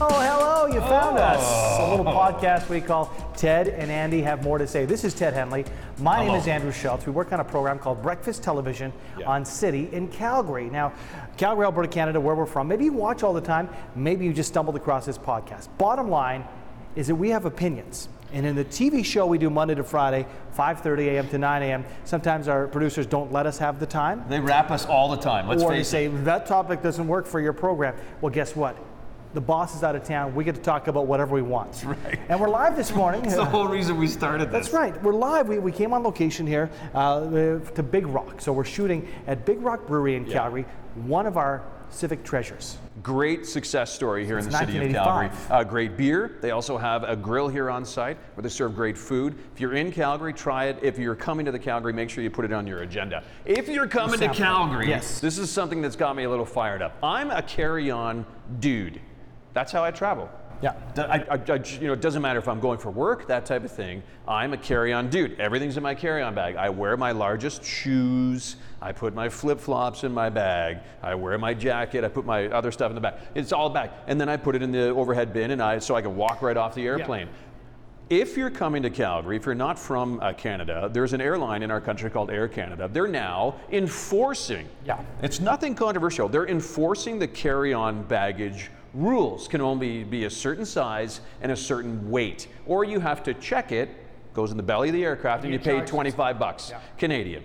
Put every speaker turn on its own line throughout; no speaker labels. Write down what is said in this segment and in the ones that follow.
Oh, hello, you found us. A little podcast we call Ted and Andy Have More to Say. This is Ted Henley. My name
Hello.
is Andrew Schultz. We work on a program called Breakfast Television
Yeah.
on City in Calgary. Now, Calgary, Alberta, Canada, where we're from, maybe you watch all the time, maybe you just stumbled across this podcast. Bottom line is that we have opinions. And in the TV show we do Monday to Friday, 5:30 a.m. to 9 a.m., sometimes our producers don't let us have the time.
They wrap us all the time. Let's
or they
face it.
say that topic doesn't work for your program. Well, guess what? The boss is out of town. We get to talk about whatever we want. That's
right.
And we're live this morning.
That's the whole reason we started this.
That's right. We're live. We, we came on location here uh, to Big Rock. So we're shooting at Big Rock Brewery in Calgary, one of our civic treasures.
Great success story here in the city of Calgary.
1985.
Uh, great beer. They also have a grill here on site where they serve great food. If you're in Calgary, try it. If you're coming to the Calgary, make sure you put it on your agenda. If you're coming to
Sample.
Calgary,
Yes.
this is something that's got me a little fired up. I'm a carry-on dude. That's how I travel.
Yeah.
D- I, I- I j- you know, it doesn't matter if I'm going for work, that type of thing. I'm a carry-on dude. Everything's in my carry-on bag. I wear my largest shoes. I put my flip-flops in my bag. I wear my jacket. I put my other stuff in the bag. It's all back, and then I put it in the overhead bin, and I so I can walk right off the airplane. If you're coming to Calgary, if you're not from uh, Canada, there's an airline in our country called Air Canada. They're now enforcing
Yeah.
it's nothing controversial. They're enforcing the carry on baggage rules, can only be a certain size and a certain weight. Or you have to check it, goes in the belly of the aircraft, and you pay 25 bucks Canadian.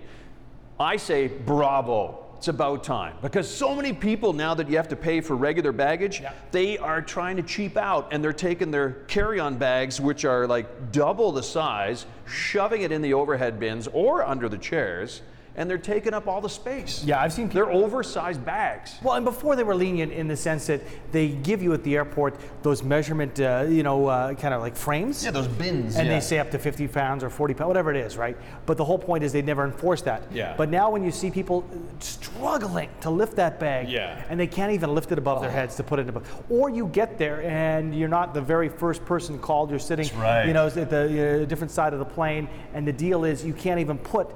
I say, bravo. It's about time because so many people now that you have to pay for regular baggage, they are trying to cheap out and they're taking their carry on bags, which are like double the size, shoving it in the overhead bins or under the chairs, and they're taking up all the space.
Yeah, I've seen people.
They're oversized bags.
Well, and before they were lenient in the sense that they give you at the airport those measurement, uh, you know, uh, kind of like frames.
those bins.
And they say up to 50 pounds or 40 pounds, whatever it is, right? But the whole point is they never enforce that.
Yeah.
But now when you see people struggling to lift that bag,
Yeah.
and they can't even lift it above their heads to put it above, or you get there and you're not the very first person called. You're sitting,
right.
you know, at the uh, different side of the plane, and the deal is you can't even put.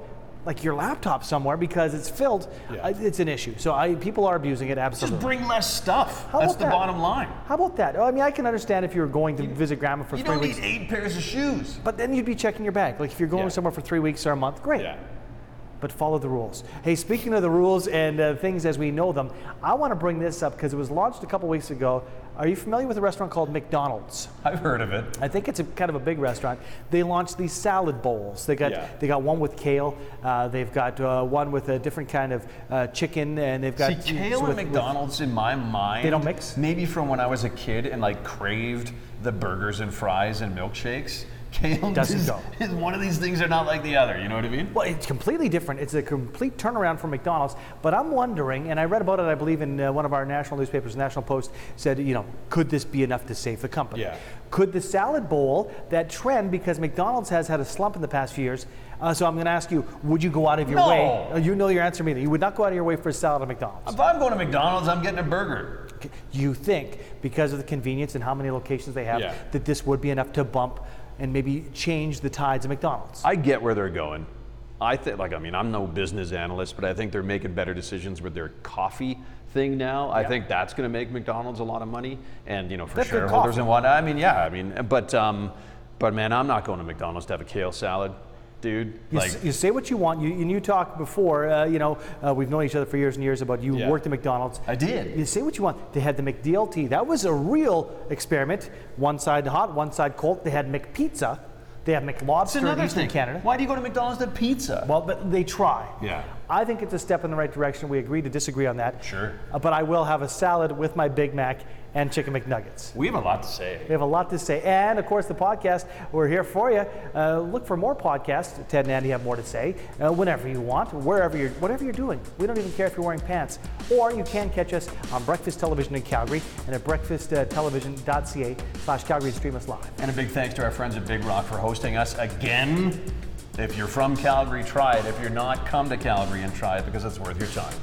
Like your laptop somewhere because it's filled,
Yeah.
uh, it's an issue. So I, people are abusing it absolutely.
just bring less stuff.
How
That's
about
the
that?
bottom line.
How about that? Oh, I mean, I can understand if you were going to visit grandma for
You
three
don't
weeks.
need eight pairs of shoes.
But then you'd be checking your bag. Like if you're going
Yeah.
somewhere for three weeks or a month, great. But follow the rules. Hey, speaking of the rules and uh, things as we know them, I want to bring this up because it was launched a couple weeks ago. Are you familiar with a restaurant called McDonald's?
I've heard of it.
I think it's a kind of a big restaurant. They launched these salad bowls. They got
Yeah.
they got one with kale. Uh, they've got uh, one with a different kind of uh, chicken, and they've got
See, kale and
with- with-
McDonald's in my mind.
They don't mix?
Maybe from when I was a kid and like craved the burgers and fries and milkshakes. Kale
Doesn't
is,
go.
is one of these things are not like the other. You know what I mean?
Well, it's completely different. It's a complete turnaround from McDonald's. But I'm wondering, and I read about it, I believe, in uh, one of our national newspapers, National Post, said, you know, could this be enough to save the company?
Yeah.
Could the salad bowl, that trend, because McDonald's has had a slump in the past few years, uh, so I'm going to ask you, would you go out of your
No.
way? Uh, You know your answer immediately. You would not go out of your way for a salad at McDonald's.
If I'm going to McDonald's, I'm getting a burger.
You think, because of the convenience and how many locations they have,
Yeah.
that this would be enough to bump and maybe change the tides of McDonald's?
I get where they're going. I think, like, I mean, I'm no business analyst, but I think they're making better decisions with their coffee thing now. I think that's going to make McDonald's a lot of money, and you know, for
That's good
shareholders
coffee.
and whatnot. I mean, yeah, I mean, but um, but man, I'm not going to McDonald's to have a kale salad, dude.
You, s- you say what you want. You, and you talked before, uh, you know, uh, we've known each other for years and years about you
Yeah.
worked at McDonald's.
I did.
You say what you want. They had the McDLT. That was a real experiment. One side hot, one side cold. They had McPizza. They have
It's
McLobster in
another
Eastern
thing.
Canada.
Why do you go to McDonald's to pizza?
Well, but they try.
Yeah.
I think it's a step in the right direction. We agree to disagree on that.
Sure.
Uh, but I will have a salad with my Big Mac and chicken McNuggets.
we have a lot to say.
We have a lot to say. And of course, the podcast, we're here for you. Uh, look for more podcasts. Ted and Andy have more to say uh, whenever you want, wherever you're, whatever you're doing. We don't even care if you're wearing pants. Or you can catch us on Breakfast Television in Calgary and at uh, breakfasttelevision.ca slash Calgary to stream us live.
And a big thanks to our friends at Big Rock for hosting us again. If you're from Calgary, try it. If you're not, come to Calgary and try it because it's worth your time.